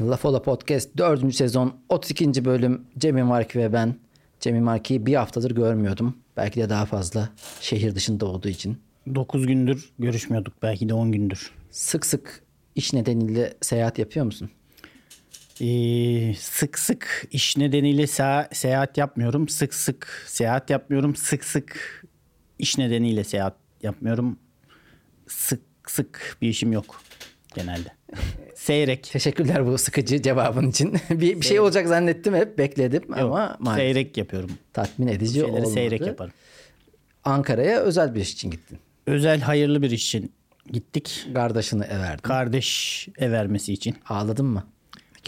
Lafola Podcast 4. sezon 32. bölüm Cemil Marki ve ben. Cemil Marki'yi bir haftadır görmüyordum. Belki de daha fazla şehir dışında olduğu için. 9 gündür görüşmüyorduk belki de 10 gündür. Sık sık iş nedeniyle seyahat yapıyor musun? Ee, sık sık iş nedeniyle se- seyahat yapmıyorum. Sık sık seyahat yapmıyorum. Sık sık iş nedeniyle seyahat yapmıyorum. Sık sık bir işim yok genelde. Seyrek. Teşekkürler bu sıkıcı cevabın için. bir, bir şey olacak zannettim hep bekledim ama Yok, maalesef seyrek yapıyorum. tatmin edici Şeyleri olmadı. seyrek yaparım. Ankara'ya özel bir iş için gittin. Özel hayırlı bir iş için gittik. Kardeşini everdin. Kardeş ev vermesi için. Ağladın mı?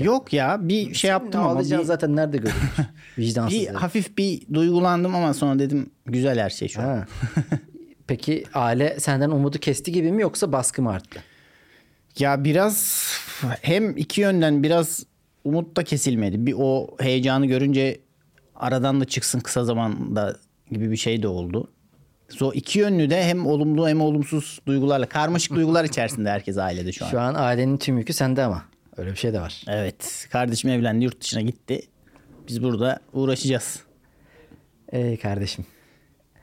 Yok ya bir şey yaptım ama Ağlayacaksın bir- zaten nerede görülmüş? Vicdansız. bir herif. hafif bir duygulandım ama sonra dedim güzel her şey şu an. Ha. Peki aile senden umudu kesti gibi mi yoksa baskı mı arttı? Ya biraz hem iki yönden biraz umut da kesilmedi. Bir o heyecanı görünce aradan da çıksın kısa zamanda gibi bir şey de oldu. So iki yönlü de hem olumlu hem olumsuz duygularla karmaşık duygular içerisinde herkes ailede şu an. Şu an ailenin tüm yükü sende ama. Öyle bir şey de var. Evet. Kardeşim evlendi yurt dışına gitti. Biz burada uğraşacağız. Ey kardeşim.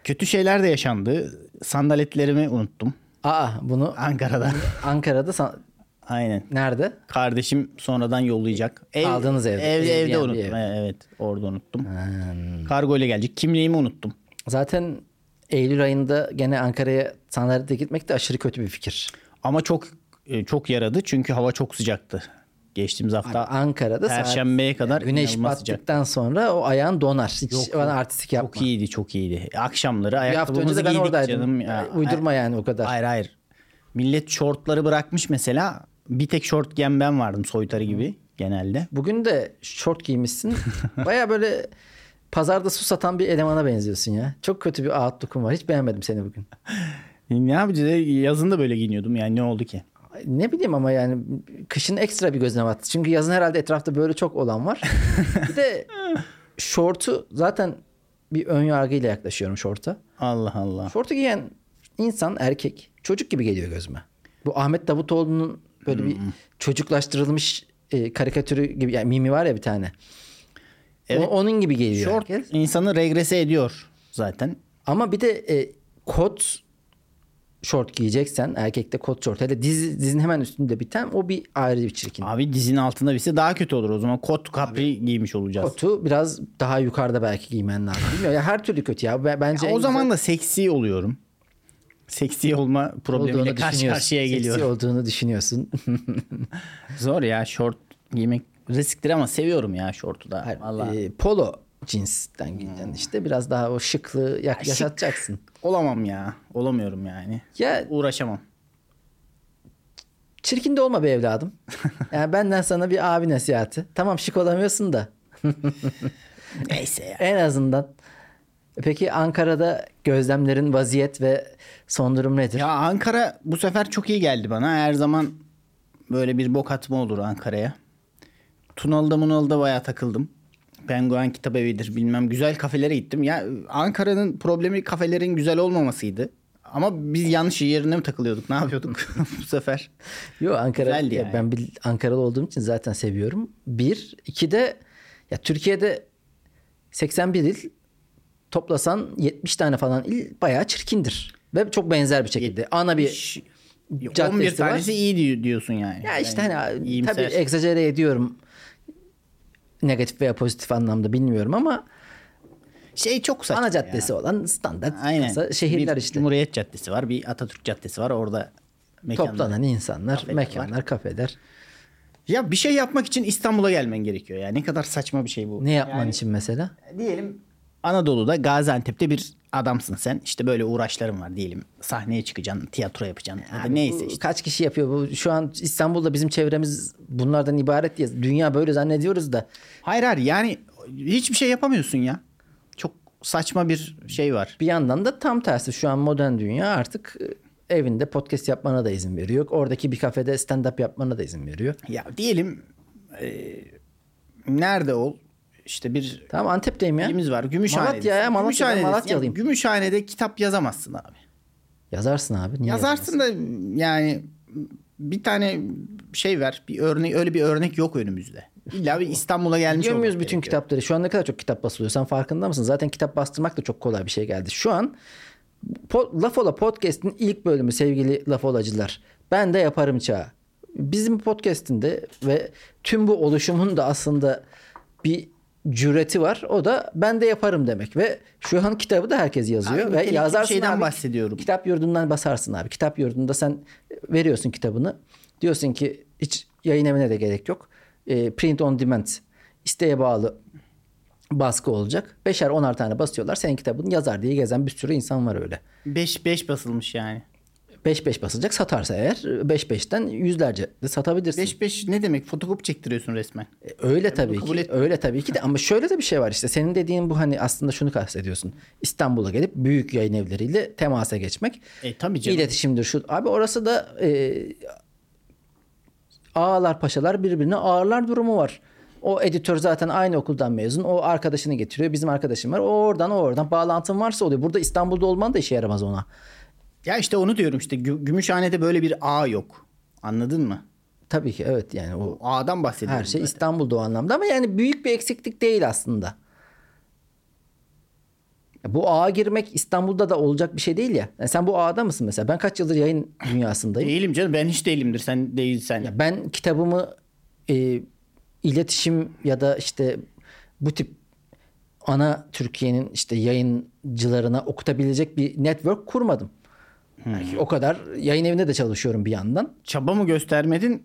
Kötü şeyler de yaşandı. Sandaletlerimi unuttum Aa bunu Ankara'da. Ankara'da san- Aynen. nerede? Kardeşim sonradan yollayacak. Ev, Kaldığınız evde, Ev, evde Airbnb unuttum. ev. E, Evet orada unuttum. Kargo ile gelecek. Kimliğimi unuttum. Zaten Eylül ayında gene Ankara'ya sandalyede gitmek de aşırı kötü bir fikir. Ama çok e, çok yaradı çünkü hava çok sıcaktı. Geçtiğimiz hafta Ankara'da saat- Perşembeye kadar güneş inanılmaz sıcak. battıktan sonra o ayağın donar. Hiç bana artistik yapma. Çok iyiydi çok iyiydi. Akşamları Bir hafta önce ayakkabımızı de ben giydik oradaydım. E, canım. Ya, Uydurma yani o kadar. Hayır hayır. Millet şortları bırakmış mesela. Bir tek şort giyen ben vardım soytarı gibi genelde. Bugün de şort giymişsin. Baya böyle pazarda su satan bir elemana benziyorsun ya. Çok kötü bir outlook'un var. Hiç beğenmedim seni bugün. Ne yapacağız? E, Yazın da böyle giyiniyordum yani ne oldu ki? Ne bileyim ama yani kışın ekstra bir gözüne battı. Çünkü yazın herhalde etrafta böyle çok olan var. bir de şortu zaten bir ön yargıyla yaklaşıyorum şorta. Allah Allah. Şortu giyen insan erkek çocuk gibi geliyor gözüme. Bu Ahmet Davutoğlu'nun böyle bir Hmm. çocuklaştırılmış e, karikatürü gibi yani mimi var ya bir tane. Evet. O- onun gibi geliyor. Şort herkes. insanı regrese ediyor zaten. Ama bir de e, kot şort giyeceksen erkekte kot şort hele diz, dizin hemen üstünde biten o bir ayrı bir çirkin. Abi dizin altında birisi daha kötü olur o zaman. Kot kapri giymiş olacağız. Kotu biraz daha yukarıda belki giymen lazım. Bilmiyorum ya her türlü kötü ya. Ben- Bence Ya en o güzel zaman da seksi oluyorum. Seksi olma problemiyle olduğunu karşı düşünüyorsun. karşıya Seksi geliyorum. olduğunu düşünüyorsun. Zor ya şort giymek risktir ama seviyorum ya şortu da. Vallahi. Hmm. E, polo cinsten giyen işte biraz daha o şıklığı yak- yaşatacaksın. Olamam ya. Olamıyorum yani. Ya Uğraşamam. çirkin de olma be evladım. Yani benden sana bir abi nasihati. Tamam şık olamıyorsun da Neyse ya. En azından. Peki Ankara'da gözlemlerin vaziyet ve son durum nedir? Ya Ankara bu sefer çok iyi geldi bana. Her zaman böyle bir bok atma olur Ankara'ya. Tunalı'da Munalı'da bayağı takıldım. Penguen kitap evidir bilmem. Güzel kafelere gittim. Ya Ankara'nın problemi kafelerin güzel olmamasıydı. Ama biz yanlış yerine mi takılıyorduk? Ne yapıyorduk bu sefer? Yo Ankara Güzeldi ya yani. ben bir Ankaralı olduğum için zaten seviyorum. Bir, iki de ya Türkiye'de 81 il toplasan 70 tane falan il bayağı çirkindir. Ve çok benzer bir şekilde. Ana bir Ş- caddesi 11 var. tanesi iyi diyor- diyorsun yani. Ya işte hani iyimser. tabii egzajere ediyorum. Negatif veya pozitif anlamda bilmiyorum ama şey çok saçma. ana ya. caddesi olan standart Aynen. kısa şehirler bir işte. Cumhuriyet Caddesi var. Bir Atatürk Caddesi var. Orada mekanlar. Toplanan insanlar, Kafeler mekanlar, kafeler. Ya bir şey yapmak için İstanbul'a gelmen gerekiyor ya. Ne kadar saçma bir şey bu. Ne yapman için mesela? Diyelim Anadolu'da Gaziantep'te bir adamsın sen. İşte böyle uğraşların var diyelim. Sahneye çıkacaksın, tiyatro yapacaksın. Ya da neyse Bu işte. Kaç kişi yapıyor bu? Şu an İstanbul'da bizim çevremiz bunlardan ibaret diye dünya böyle zannediyoruz da. Hayır hayır yani hiçbir şey yapamıyorsun ya. Çok saçma bir şey var. Bir yandan da tam tersi şu an modern dünya artık e, evinde podcast yapmana da izin veriyor. Oradaki bir kafede stand up yapmana da izin veriyor. Ya diyelim e, nerede ol? İşte bir Tamam Antep'teyim ya. elimiz var. Gümüşhane'desin. Malatya'ya Malatya'dan Gümüşhane'desin. Malatyalıyım. Gümüşhane'de kitap yazamazsın abi. Yazarsın abi. Niye Yazarsın da yani bir tane şey ver. Bir örnek öyle bir örnek yok önümüzde. İlla bir İstanbul'a gelmiş Gömüyoruz olmak bütün gerekiyor. kitapları. Şu an ne kadar çok kitap basılıyor. Sen farkında mısın? Zaten kitap bastırmak da çok kolay bir şey geldi. Şu an po- Lafola Podcast'in ilk bölümü sevgili Lafolacılar. Ben de yaparım çağı. Bizim podcast'inde ve tüm bu oluşumun da aslında bir cüreti var. O da ben de yaparım demek ve şu an kitabı da herkes yazıyor Abi ve nitelikli bir yazarsın şeyden abi. bahsediyorum. Kitap yurdundan basarsın abi. Kitap yurdunda sen veriyorsun kitabını. Diyorsun ki hiç yayın evine de gerek yok. E, print on demand isteğe bağlı baskı olacak. Beşer onar tane basıyorlar. Senin kitabını yazar diye gezen bir sürü insan var öyle. 5 5 basılmış yani. 5-5 basılacak satarsa eğer 5-5'ten yüzlerce de satabilirsin. 5 5 ne demek? Fotokopi çektiriyorsun resmen. Öyle tabii kabul ki. etmiyorum. Öyle tabii ki de ama şöyle de bir şey var işte. Senin dediğin bu hani aslında şunu kastediyorsun. İstanbul'a gelip büyük yayın evleriyle temasa geçmek. E tabii canım. İletişimdir şu. Abi orası da e, ağalar paşalar birbirine ağırlar durumu var. O editör zaten aynı okuldan mezun. O arkadaşını getiriyor. Bizim arkadaşım var. O oradan o oradan. Bağlantın varsa oluyor. Burada İstanbul'da olman da işe yaramaz ona. Ya işte onu diyorum işte Gü- Gümüşhane'de böyle bir ağ yok. Anladın mı? Tabii ki evet yani o Ağdan bahsediyorum. her şey ben. İstanbul'da o anlamda ama yani büyük bir eksiklik değil aslında. Ya Bu ağa girmek İstanbul'da da olacak bir şey değil ya. Yani sen bu ağda mısın mesela? Ben kaç yıldır yayın dünyasındayım. Değilim canım ben hiç değilimdir sen değilsen. Ya ben kitabımı e, iletişim ya da işte bu tip ana Türkiye'nin işte yayıncılarına okutabilecek bir network kurmadım. Yani o kadar yayın evinde de çalışıyorum bir yandan. Çaba mı göstermedin?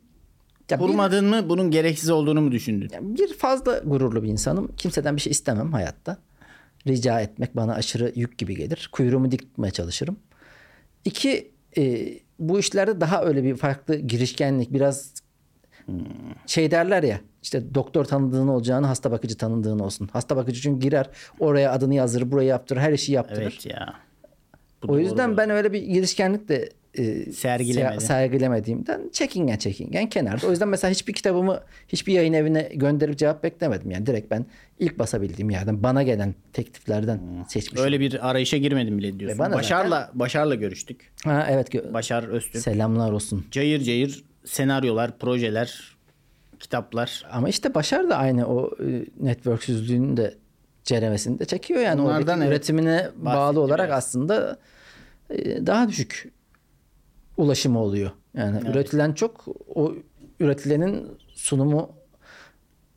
Ya bir- Kurmadın mı? Bunun gereksiz olduğunu mu düşündün? Yani bir fazla gururlu bir insanım. Kimseden bir şey istemem hayatta. Rica etmek bana aşırı yük gibi gelir. Kuyruğumu dik tutmaya çalışırım. İki, e, bu işlerde daha öyle bir farklı girişkenlik, biraz şey derler ya işte doktor tanıdığın olacağını hasta bakıcı tanıdığın olsun. Hasta bakıcı çünkü girer oraya adını yazdırır, buraya yaptırır, her işi yaptırır. Evet ya. Bu o doğru yüzden bu. ben öyle bir girişkenlik de e, Sergilemedi. se- sergilemediğimden çekingen çekingen kenarda. O yüzden mesela hiçbir kitabımı hiçbir yayın evine gönderip cevap beklemedim. Yani direkt ben ilk basabildiğim yerden bana gelen tekliflerden seçmişim. öyle bir arayışa girmedim bile diyorsun. Ve E bana Başar'la Başar'la görüştük. Ha evet. gö- Başar Öztürk. Selamlar olsun. Cayır cayır senaryolar, projeler, kitaplar. Ama işte Başar da aynı o e, networksüzlüğün de ceremesini de çekiyor yani. Onlardan Onlardan evet. üretimine bağlı olarak biraz. aslında e, daha düşük ulaşımı oluyor. Yani üretilen çok o üretilenin sunumu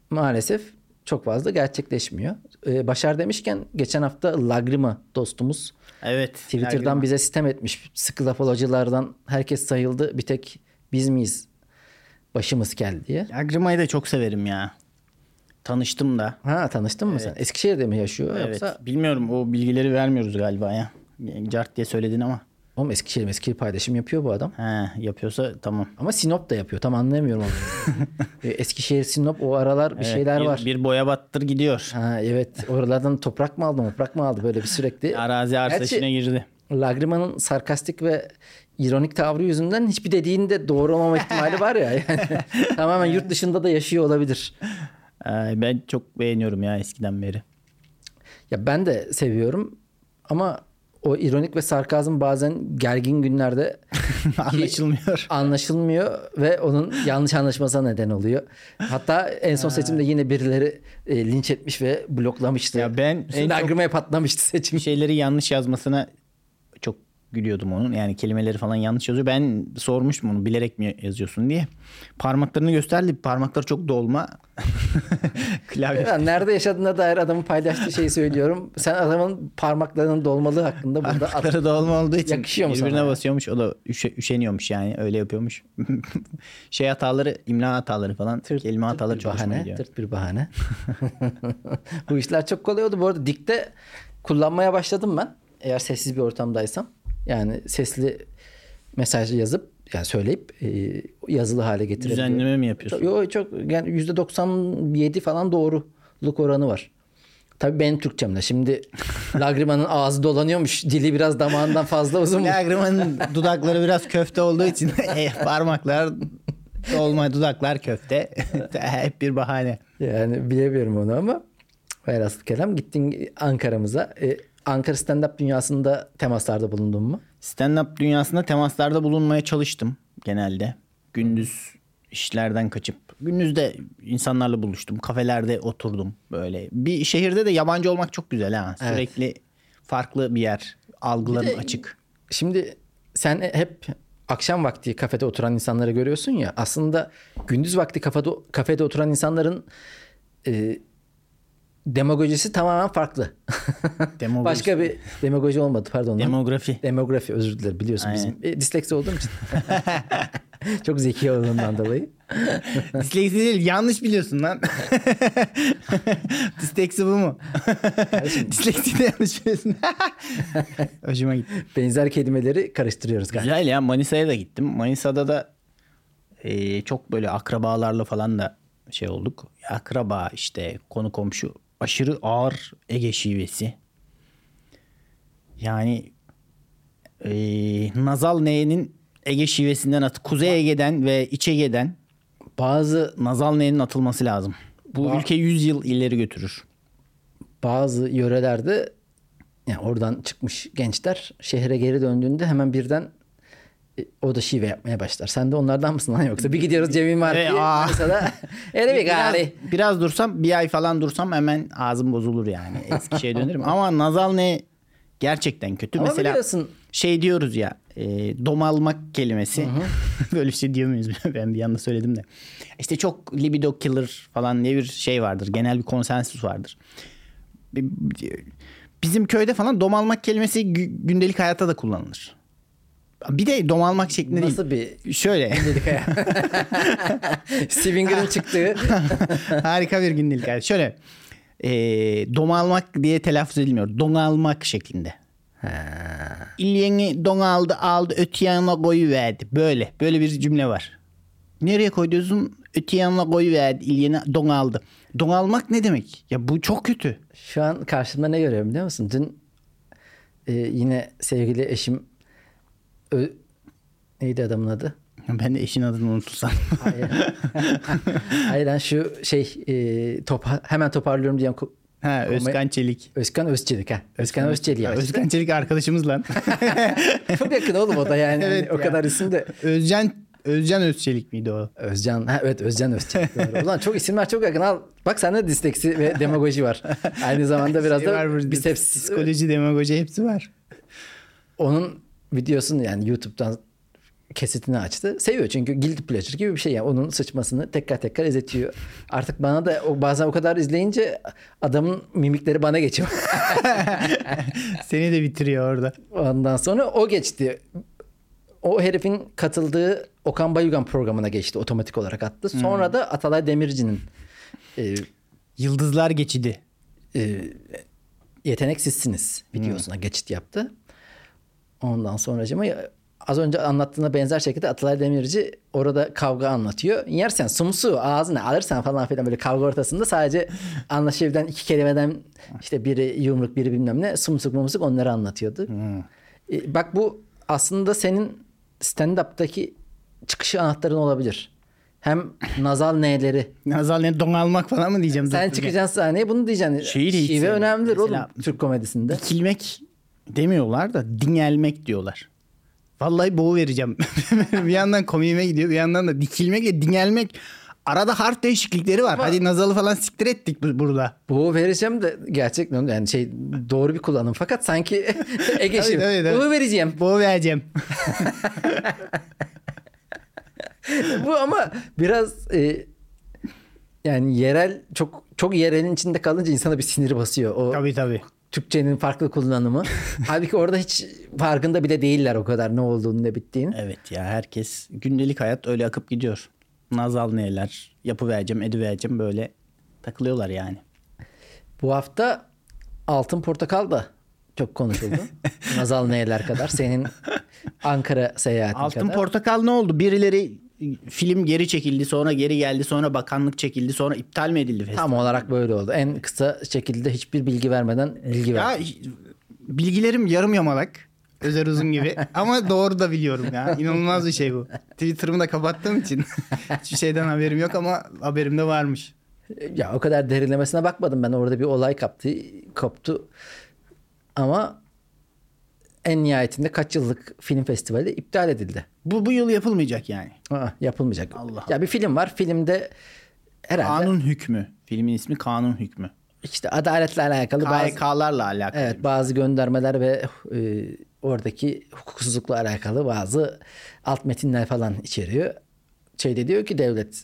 maalesef çok fazla gerçekleşmiyor. E, Başar demişken geçen hafta Lagrima dostumuz Evet. Twitter'dan Sergileme. bize sistem etmiş. Sıkı laf olacılardan herkes sayıldı. Bir tek biz miyiz? Başımız kel diye. Lagrima'yı da çok severim ya. Tanıştım da. Ha tanıştın mı sen? Eskişehir'de mi yaşıyor Evet. yoksa? Bilmiyorum o bilgileri vermiyoruz galiba ya. Cart diye söyledin ama. Oğlum Eskişehir Eskişehir paylaşım yapıyor bu adam. He, yapıyorsa tamam. Ama Sinop da yapıyor. Tam anlayamıyorum onu. E, Eskişehir Sinop o aralar bir Evet, şeyler bir- var. Bir boya battır gidiyor. Ha evet oralardan toprak mı aldı toprak mı aldı böyle bir sürekli. Arazi arsa Gerçi- işine girdi. Lagrima'nın sarkastik ve ironik tavrı yüzünden hiçbir dediğini de doğru olmama ihtimali var ya. Yani, tamamen yurt dışında da yaşıyor olabilir. Ee, ben çok beğeniyorum ya eskiden beri. Ya ben de seviyorum ama o ironik ve sarkazm bazen gergin günlerde Anlaşılmıyor. anlaşılmıyor ve onun yanlış anlaşmasına neden oluyor. Hatta en son seçimde yine birileri e, linç etmiş ve bloklamıştı. Ya ben en çok- Lagrima'ya patlamıştı seçim. Bir şeyleri yanlış yazmasına çok gülüyordum onun. Yani kelimeleri falan yanlış yazıyor. Ben sormuştum onu bilerek mi yazıyorsun diye. Parmaklarını gösterdi. Parmakları çok dolma. Klavye. Ya nerede yaşadığına dair adamın paylaştığı şeyi söylüyorum. Sen adamın parmaklarının dolmalığı hakkında burada at- Parmakları dolma olduğu için Yakışıyor mu birbirine sana ya? basıyormuş. O da üşe- üşeniyormuş yani. Öyle yapıyormuş. şey hataları, imla hataları falan. kelime hataları bir çok hoşuma bahane. gidiyor. Tırt bir bahane. Bu işler çok kolay oldu. Bu arada dikte kullanmaya başladım ben. Eğer sessiz bir ortamdaysam. Yani sesli mesajı yazıp yani söyleyip e, yazılı hale getirebiliyorum. Düzenleme mi yapıyorsun? Yok çok yani %97 falan doğruluk oranı var. Tabii benim Türkçemle. Şimdi Lagrima'nın ağzı dolanıyormuş. Dili biraz damağından fazla uzun. Lagrimanın dudakları biraz köfte olduğu için eh, parmaklar dolma dudaklar köfte. Hep bir bahane. Yani bilemiyorum onu ama velhasıl kelam gittin Ankara'mıza. E, Ankara stand-up dünyasında temaslarda bulundun mu? Stand-up dünyasında temaslarda bulunmaya çalıştım genelde. Gündüz işlerden kaçıp gündüzde insanlarla buluştum. Kafelerde oturdum böyle. Bir şehirde de yabancı olmak çok güzel ha. Evet. Sürekli farklı bir yer. Algıların Bir de- açık. Şimdi sen hep akşam vakti kafede oturan insanları görüyorsun ya. Aslında gündüz vakti kafede, kafede oturan insanların e, demagojisi tamamen farklı. Demografisi. Başka bir demagoji olmadı pardon. lan. Demografi. Demografi özür dilerim biliyorsun Aynen. bizim. E, disleksi olduğum için. Çok zeki olduğumdan dolayı. Disleksi değil yanlış biliyorsun lan. Disleksi bu mu? Disleksi de yanlış biliyorsun. Hoşuma gitti. Benzer kelimeleri karıştırıyoruz galiba. Güzel ya Manisa'ya da gittim. Manisa'da da e, çok böyle akrabalarla falan da şey olduk. Akraba işte konu komşu aşırı ağır Ege şivesi. Yani e, Nazal Neye'nin Ege şivesinden at Kuzey Ege'den ve İç Ege'den Bazı Nazal Neye'nin atılması lazım. Bu Ba- ülke 100 yıl ileri götürür. bazı yörelerde yani oradan çıkmış gençler şehre geri döndüğünde hemen birden e, o da şive yapmaya başlar. Sen de onlardan mısın lan yoksa? Bir gidiyoruz Cemil Marki'ye. E, aa. Mesela öyle bir Biraz, gari. biraz dursam bir ay falan dursam hemen ağzım bozulur yani. Eski şeye dönerim. Ama nazal ne gerçekten kötü. Ama Mesela biliyorsun- şey diyoruz ya e, domalmak kelimesi. Böyle bir şey diyor muyuz? ben bir yanda söyledim de. İşte çok libido killer falan diye bir şey vardır. Genel bir konsensus vardır. Bizim köyde falan domalmak kelimesi gü- gündelik hayatta da kullanılır. Bir de domalmak şeklinde Nasıl bir değil. Şöyle. dedik ya. Swinger'ın çıktığı. Harika bir gündelik hayat. Şöyle e, domalmak diye telaffuz edilmiyor. Donalmak şeklinde. İlyeni donaldı aldı öte yanına koyuverdi. Böyle. Böyle bir cümle var. Nereye koyuyorsun? Öte yanına koyuverdi. İlyeni donaldı. Donalmak ne demek? Ya bu çok kötü. Şu an karşımda ne görüyorum biliyor musun? Dün e, yine sevgili eşim Ö- neydi adamın adı? Ben de eşin adını unutursam. Hayır. Hayır lan şu şey e, topa, hemen toparlıyorum diyen ko- ha, Özkan Çelik. Özkan Özçelik ha. Özkan Özçelik ya. Özkan Çelik arkadaşımız lan. Çok yakın oğlum o da yani. Hani Evet o ya. kadar isim de. Özcan Özcan Özçelik miydi o? Özcan. Ha, evet Özcan Özçelik. Doğru. Ulan çok isimler çok yakın. Al. Bak sende disleksi ve demagoji var. Aynı zamanda biraz Şey var da burada, biceps. Psikoloji, demagoji hepsi var. Onun videosunu yani YouTube'dan kesitini açtı. Seviyor çünkü guilty pleasure gibi bir şey yani onun sıçmasını tekrar tekrar izletiyor. Artık bana da o bazen o kadar izleyince adamın mimikleri bana geçiyor. Seni de bitiriyor orada. Ondan sonra o geçti. O herifin katıldığı Okan Bayülgen programına geçti otomatik olarak attı. Sonra da Atalay Demirci'nin e, Yıldızlar geçidi. e, yetenek sizsiniz videosuna geçit yaptı. Ondan sonracıma az önce anlattığına benzer şekilde Atalay Demirci orada kavga anlatıyor. Yersen sumsu ağzına alırsan falan filan böyle kavga ortasında sadece anlaşılabilen iki kelimeden işte biri yumruk biri bilmem ne sumsuk mumsuk onları anlatıyordu. E, bak bu aslında senin stand-up'taki çıkışı anahtarın olabilir. Hem nazal neleri Nazal ne donalmak falan mı diyeceğim? sen çıkacaksın sahneye bunu diyeceksin. Şeyi de hiç Şive sevmiyorum. önemlidir oğlum Mesela- Türk komedisinde. Dikilmek demiyorlar da dinelmek diyorlar. Vallahi boğu vereceğim. bir yandan komiğime gidiyor bir yandan da dikilmek ve dinelmek. Arada harf değişiklikleri var. Hadi nazalı falan siktir ettik bu- burada. Bu vereceğim de gerçekten yani şey doğru bir kullanım fakat sanki Ege'şim Tabii, tabii, tabii. bu vereceğim. Boğu vereceğim. Bu ama biraz e, yani yerel çok çok yerelin içinde kalınca insana bir sinir basıyor. O tabii tabii. Türkçenin farklı kullanımı. Halbuki orada hiç farkında bile değiller o kadar ne olduğunu ne bittiğini. Evet ya herkes gündelik hayat öyle akıp gidiyor. Nazal neler yapıvereceğim edivereceğim böyle takılıyorlar yani. Bu hafta Altın Portakal da çok konuşuldu. Nazal neler kadar senin Ankara seyahatin Altın kadar. Portakal ne oldu? Birileri film geri çekildi, sonra geri geldi, sonra bakanlık çekildi, sonra iptal mi edildi festival? Tam olarak böyle oldu. En kısa şekilde hiçbir bilgi vermeden bilgi ver. Ya bilgilerim yarım yamalak. Özer Uzun gibi. Ama doğru da biliyorum ya. İnanılmaz bir şey bu. Twitter'ımı da kapattığım için hiçbir şeyden haberim yok ama haberimde varmış. Ya o kadar derinlemesine bakmadım ben. Orada bir olay kaptı, koptu. Ama en nihayetinde kaç yıllık film festivali iptal edildi. Bu bu yıl yapılmayacak yani. Aa, yapılmayacak. Allah Ya bir film var. Filmde herhalde Kanun hükmü. Filmin ismi Kanun hükmü. işte adaletle alakalı bazı KYK'larla alakalı. evet bazı göndermeler ve e, oradaki hukuksuzlukla alakalı bazı alt metinler falan içeriyor. Şeyde diyor ki devlet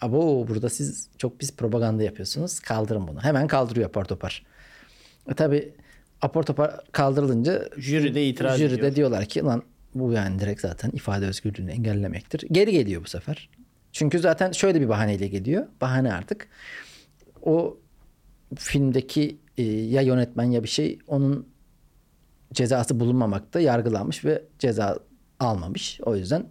Abo burada siz çok pis propaganda yapıyorsunuz. Kaldırın bunu. Hemen kaldırıyor apar topar. E tabi apar topar kaldırılınca Jüri de itiraz Jüri ediyor. de diyorlar ki lan bu yani direkt zaten ifade özgürlüğünü engellemektir. Geri geliyor bu sefer. Çünkü zaten şöyle bir bahaneyle geliyor. Bahane artık o filmdeki e, ya yönetmen ya bir şey onun cezası bulunmamakta yargılanmış ve ceza almamış. O yüzden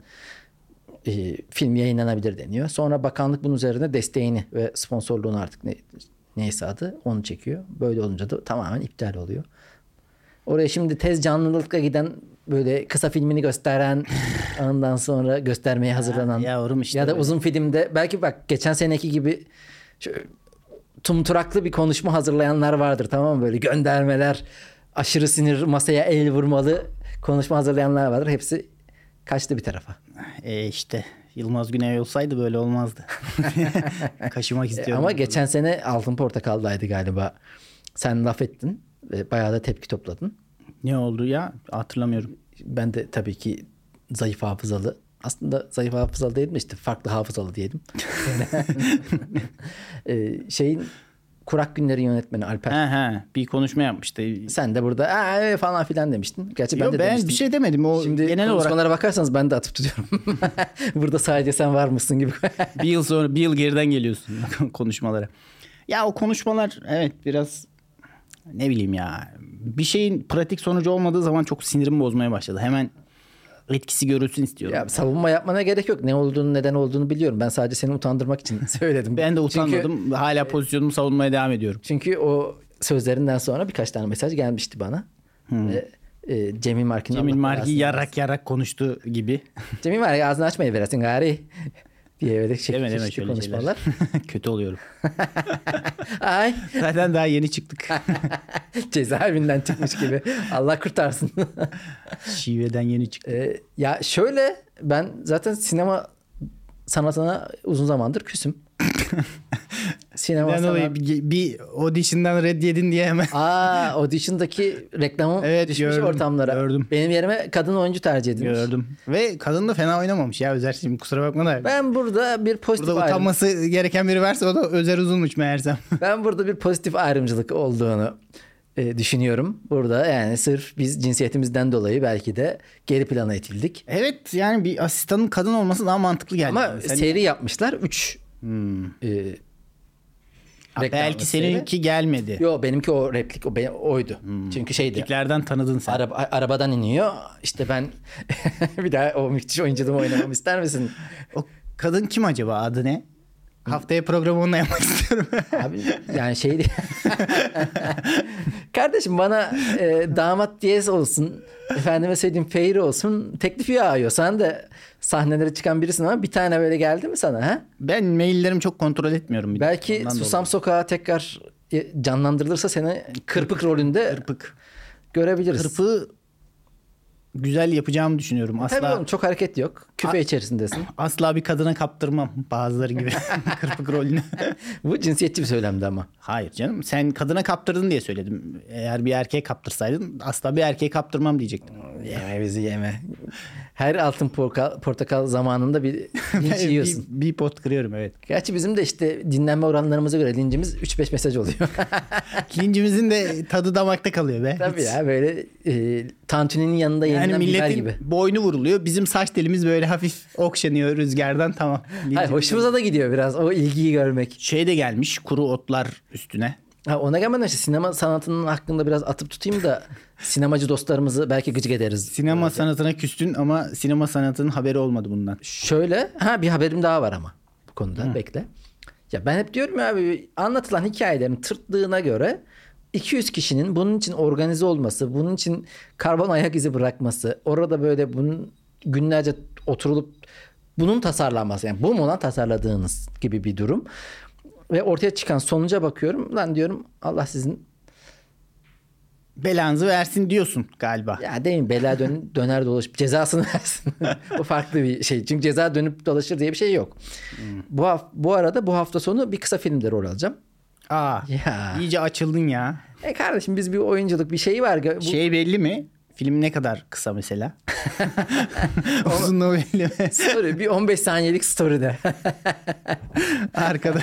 e, film yayınlanabilir deniyor. Sonra bakanlık bunun üzerine desteğini ve sponsorluğunu artık ne, neyse adı onu çekiyor. Böyle olunca da tamamen iptal oluyor. Oraya şimdi tez canlılıkla giden böyle kısa filmini gösteren andan sonra göstermeye hazırlanan yavrum işte ya da böyle. uzun filmde belki bak geçen seneki gibi şu, tumturaklı bir konuşma hazırlayanlar vardır tamam mı böyle göndermeler aşırı sinir masaya el vurmalı konuşma hazırlayanlar vardır hepsi kaçtı bir tarafa. E işte Yılmaz Güney olsaydı böyle olmazdı. Kaşımak E, istiyorum. ama geçen sene altın portakaldaydı galiba. Sen laf ettin ve bayağı da tepki topladın. Ne oldu ya? Hatırlamıyorum. Ben de tabii ki zayıf hafızalı. Aslında zayıf hafızalı değilim de işte farklı hafızalı diyelim. E, şeyin Kurak Günleri yönetmeni Alper. He he. Bir konuşma yapmıştı. Sen de burada "Aa, e," falan filan demiştin. Gerçi ben Yo, de ben demiştim. bir şey demedim. O Şimdi genel olarak konuşmalara bakarsanız ben de atıp tutuyorum. Burada sadece sen var mısın gibi. bir yıl sonra bir yıl geriden geliyorsun konuşmalara. Ya o konuşmalar evet biraz ne bileyim ya bir şeyin pratik sonucu olmadığı zaman çok sinirimi bozmaya başladı. Hemen etkisi görülsün istiyorum. ya savunma yapmana gerek yok. Ne olduğunu, neden olduğunu biliyorum. Ben sadece seni utandırmak için söyledim. ben de Çünkü- E- utanmadım. Hala pozisyonumu savunmaya devam ediyorum. Çünkü, o sözlerinden sonra birkaç tane mesaj gelmişti bana. Ve, e, Cemil Mark'ın Cemil Allah Marki belasını versin. yarak yarak konuştu gibi. Cemil Mark'ı ağzını açmayı veresin gari. diye böyle şey, Deme deme çeşitli şöyle şeyler. konuşmalar. Kötü oluyorum. Ay Zaten daha yeni çıktık. cezaevinden çıkmış gibi. Allah kurtarsın. Şiveden yeni çıktık. Ee, ya şöyle ben zaten sinema sanatına uzun zamandır küsüm. sinema Ben sanat... dolayı bir, bir audition'dan red yedin diye hemen Aa audition'daki reklamım Evet, düşmüş gördüm, ortamlara. gördüm. Benim yerime kadın oyuncu tercih edilmiş. gördüm. Ve kadın da fena oynamamış ya Özer şimdi kusura bakma da. Ben burada bir pozitif Burada ayrım- utanması gereken biri varsa o da Özer Uzunmuş meğersem. Ben burada bir pozitif ayrımcılık olduğunu e, düşünüyorum. Burada yani sırf biz cinsiyetimizden dolayı belki de geri plana itildik. evet yani bir asistanın kadın olması daha mantıklı geldi. Ama bana. Sen- Hmm. seri yapmışlar E, 3. Ha, belki seninki gelmedi. Yo benimki o replik o be- oydu. Hmm. Çünkü şeydi. Tiplerden tanıdın sen. Araba, arabadan iniyor. İşte ben bir daha o müthiş oyunculuğumu oynamamı ister misin? O kadın kim acaba adı ne? Haftaya programı onunla yapmak istiyorum. Abi yani şey Kardeşim bana e, damat diyez olsun. Efendime söyleyeyim feyri olsun. Teklifi yağıyor. Sen de sahnelere çıkan birisin ama bir tane böyle geldi mi sana? ha? ben maillerimi çok kontrol etmiyorum. bir de. Belki Ondan Susam Sokağa tekrar e, canlandırılırsa seni kırpık rolünde dolayı. Kırpık. görebiliriz. Kırpığı güzel yapacağımı düşünüyorum. Tabii Asla oğlum çok hareket yok. Küfe içerisindesin. asla bir kadına kaptırmam bazıları gibi kırpık rolünü. Bu cinsiyetçi bir söylemdi ama. Hayır canım sen kadına kaptırdın diye söyledim. Eğer bir erkeğe kaptırsaydın asla bir erkeğe kaptırmam diyecektim. Yeme bizi yeme. Her altın porka- portakal zamanında bir linç bir, yiyorsun. bir pot kırıyorum evet. Gerçi bizim de işte dinlenme oranlarımıza göre lincimiz 3-5 mesaj oluyor. Lincimizin de tadı damakta kalıyor be. Tabii ya böyle e, tantuninin yanında yenilen Yani biber milletin gibi. boynu vuruluyor. Bizim saç telimiz böyle hafif okşanıyor rüzgardan tamam. Hayır, Lincimiz- hoşumuza da gidiyor biraz o ilgiyi görmek. Şey de gelmiş kuru otlar üstüne. Ha, ona gelmeden işte sinema sanatının hakkında biraz atıp tutayım da sinemacı dostlarımızı belki gıcık ederiz. Sinema sanatına küstün ama sinema sanatının haberi olmadı bundan. Şöyle ha bir haberim daha var ama bu konuda bekle. Ya ben hep diyorum ya abi anlatılan hikayelerin tırtlığına göre 200 kişinin bunun için organize olması, bunun için karbon ayak izi bırakması, orada böyle bunun günlerce oturulup bunun tasarlanması yani bu mu lan tasarladığınız gibi bir durum. Ve ortaya çıkan sonuca bakıyorum. Lan diyorum Allah sizin belanızı versin diyorsun galiba. Ya değil mi? Bela dön- döner dolaşıp cezasını versin. o farklı bir şey. Çünkü ceza dönüp dolaşır diye bir şey yok. Bu haf- bu arada bu hafta sonu bir kısa filmde rol alacağım. Aa. Ya. İyice açıldın ya. E kardeşim biz bir oyunculuk bir şey var. Bu- Şey belli mi? Film ne kadar kısa mesela? Uzunluğu belli mi? Story, bir 15 saniyelik story de. Arkada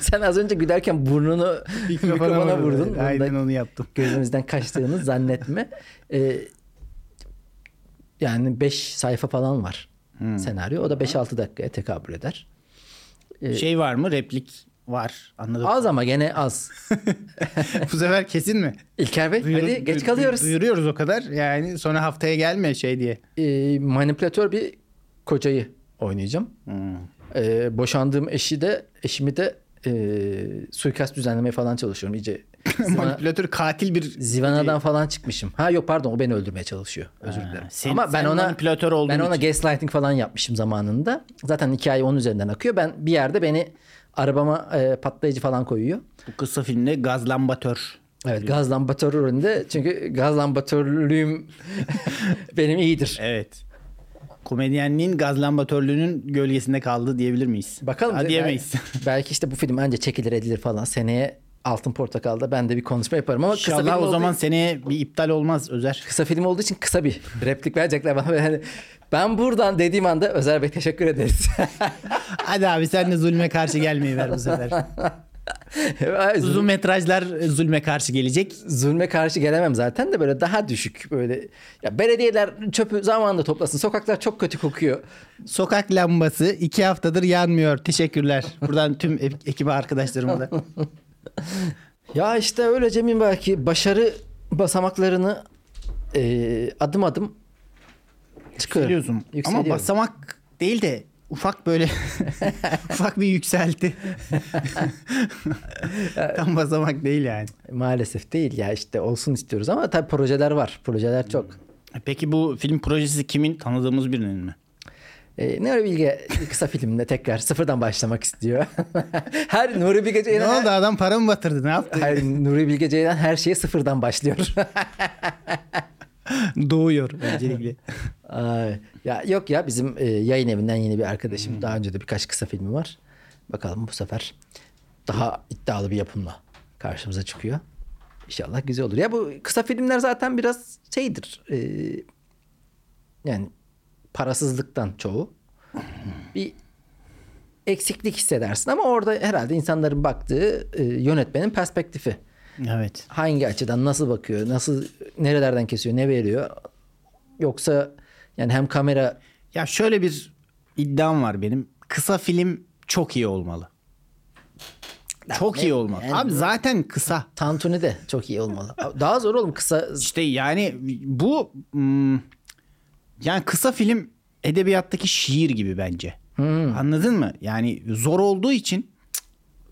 Sen az önce gülerken burnunu mikrofona vurdun. Bunu da Aynen onu yaptım. gözümüzden kaçtığını zannetme. Ee, yani 5 sayfa falan var senaryo. O da 5-6 dakikaya tekabül eder. Ee, Şey var mı? Replik var. Anladım. Az ama gene az. Bu sefer kesin mi? İlker Bey Duyuru- hadi geç duy- kalıyoruz. Duyuruyoruz o kadar. Yani sonra haftaya gelme şey diye. Ee, manipülatör bir kocayı oynayacağım. Hmm. Ee, boşandığım eşi de eşimi de ee, suikast düzenlemeye falan çalışıyorum. İyice zivana- Manipülatör katil bir zivanadan falan çıkmışım. Ha yok pardon o beni öldürmeye çalışıyor. Özür dilerim. sen- Ama ben sen ona manipülatör olduğun Ben ona için. gaslighting falan yapmışım zamanında. Zaten hikaye onun üzerinden akıyor. Ben bir yerde beni arabama ee, patlayıcı falan koyuyor. Bu kısa filmde gazlambatör. Evet gaz lambatörü rolünde çünkü gaz lambatörlüğüm benim iyidir. Evet. Komedyenliğin gazlambatörlüğünün gölgesinde kaldı diyebilir miyiz? Bakalım. Ha, Bel- diyemeyiz. belki işte bu film anca çekilir edilir falan. Seneye Altın Portakal'da ben de bir konuşma yaparım ama kısa film, İnşallah o olduğu, zaman seneye bir iptal olmaz Özer. kısa film olduğu için kısa bir replik verecekler bana. Yani ben buradan dediğim anda Özer Bey teşekkür ederiz. Hadi abi sen de zulme karşı gelmeyi ver bu sefer. Uzun Zulm- metrajlar zulme karşı gelecek. Zulme karşı gelemem zaten de böyle daha düşük böyle. Ya belediyeler çöpü zamanında toplasın. Sokaklar çok kötü kokuyor. Sokak lambası iki haftadır yanmıyor. Teşekkürler. Buradan tüm e- ekibe arkadaşlarıma da. Ya işte öyle Cemil belki başarı basamaklarını eee, adım adım çıkıyorum. Yükseliyorsun. Ama Yükseliyorum. basamak değil de ufak böyle ufak bir yükselti. Tam basamak değil yani. Maalesef değil ya işte olsun istiyoruz ama tabii projeler var. Projeler çok. E Peki bu film projesi kimin? Tanıdığımız birinin mi? Ee, Nuri Bilge kısa filmde tekrar sıfırdan başlamak istiyor. her Nuri Bilge Ne Ceylan oldu adam para mı batırdı ne yaptı? her, Nuri Bilge Ceylan her şeye sıfırdan başlıyor. Doğuyor öncelikle. Ay, ya yok ya bizim e, yayın evinden yeni bir arkadaşım. Daha önce de birkaç kısa filmi var. Bakalım bu sefer daha iddialı bir yapımla karşımıza çıkıyor. İnşallah güzel olur. Ya bu kısa filmler zaten biraz şeydir. e, yani parasızlıktan çoğu. Bir eksiklik hissedersin ama orada herhalde insanların baktığı e, yönetmenin perspektifi evet. hangi açıdan nasıl bakıyor nasıl nerelerden kesiyor ne veriyor yoksa yani hem kamera Ya şöyle bir iddiam var benim. Kısa film çok iyi olmalı. Çok iyi olmalı. yani- Abi zaten kısa. tantuni de çok iyi olmalı. Daha zor oğlum kısa İşte yani bu mm, yani kısa film edebiyattaki şiir gibi bence. Anladın mı? Yani zor olduğu için cık,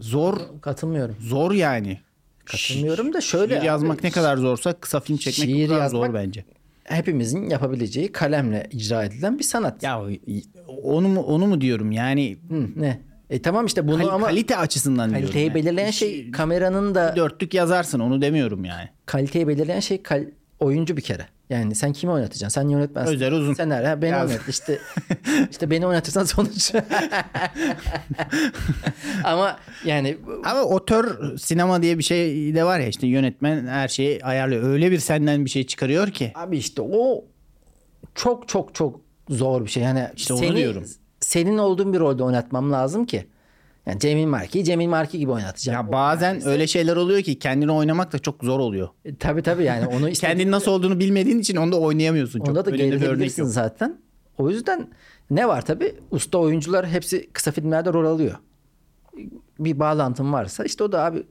zor katılmıyorum. zor yani. Katılmıyorum da şöyle Şiir abi, yazmak ne kadar zorsa kısa film çekmek şiir o kadar yazmak- zor bence. hepimizin yapabileceği kalemle icra edilen bir sanat. Ya onu mu onu mu diyorum yani Hı, ne? E tamam işte bunu kal- ama kalite açısından diyorum. kaliteyi yani. belirleyen şey kameranın da dörtlük yazarsın onu demiyorum yani. kaliteyi belirleyen şey kal- oyuncu bir kere. Yani sen kimi oynatacaksın? Sen yönetmensin. Özer Uzun. Senaryo. Ha, beni Yaz. oynat. İşte, işte beni oynatırsan sonuç. Ama yani Ama otör sinema diye bir şey de var ya işte yönetmen her şeyi ayarlıyor. Öyle bir senden bir şey çıkarıyor ki. abi işte o çok çok çok zor bir şey. Yani İşte onu diyorum. Senin olduğun bir rolde oynatmam lazım ki. Yani Cemil Marki, Cemil Marki gibi oynatacağım. Ya bazen öyle şeyler oluyor ki kendini oynamak da çok zor oluyor. E, tabii tabii yani onu işte Kendin nasıl olduğunu bilmediğin için onu da oynayamıyorsun. Çok onda da Önünde bir örnek gerilebilirsin yok. zaten. O yüzden ne var tabii? Usta oyuncular hepsi kısa filmlerde rol alıyor. Bir bağlantın varsa işte o da abi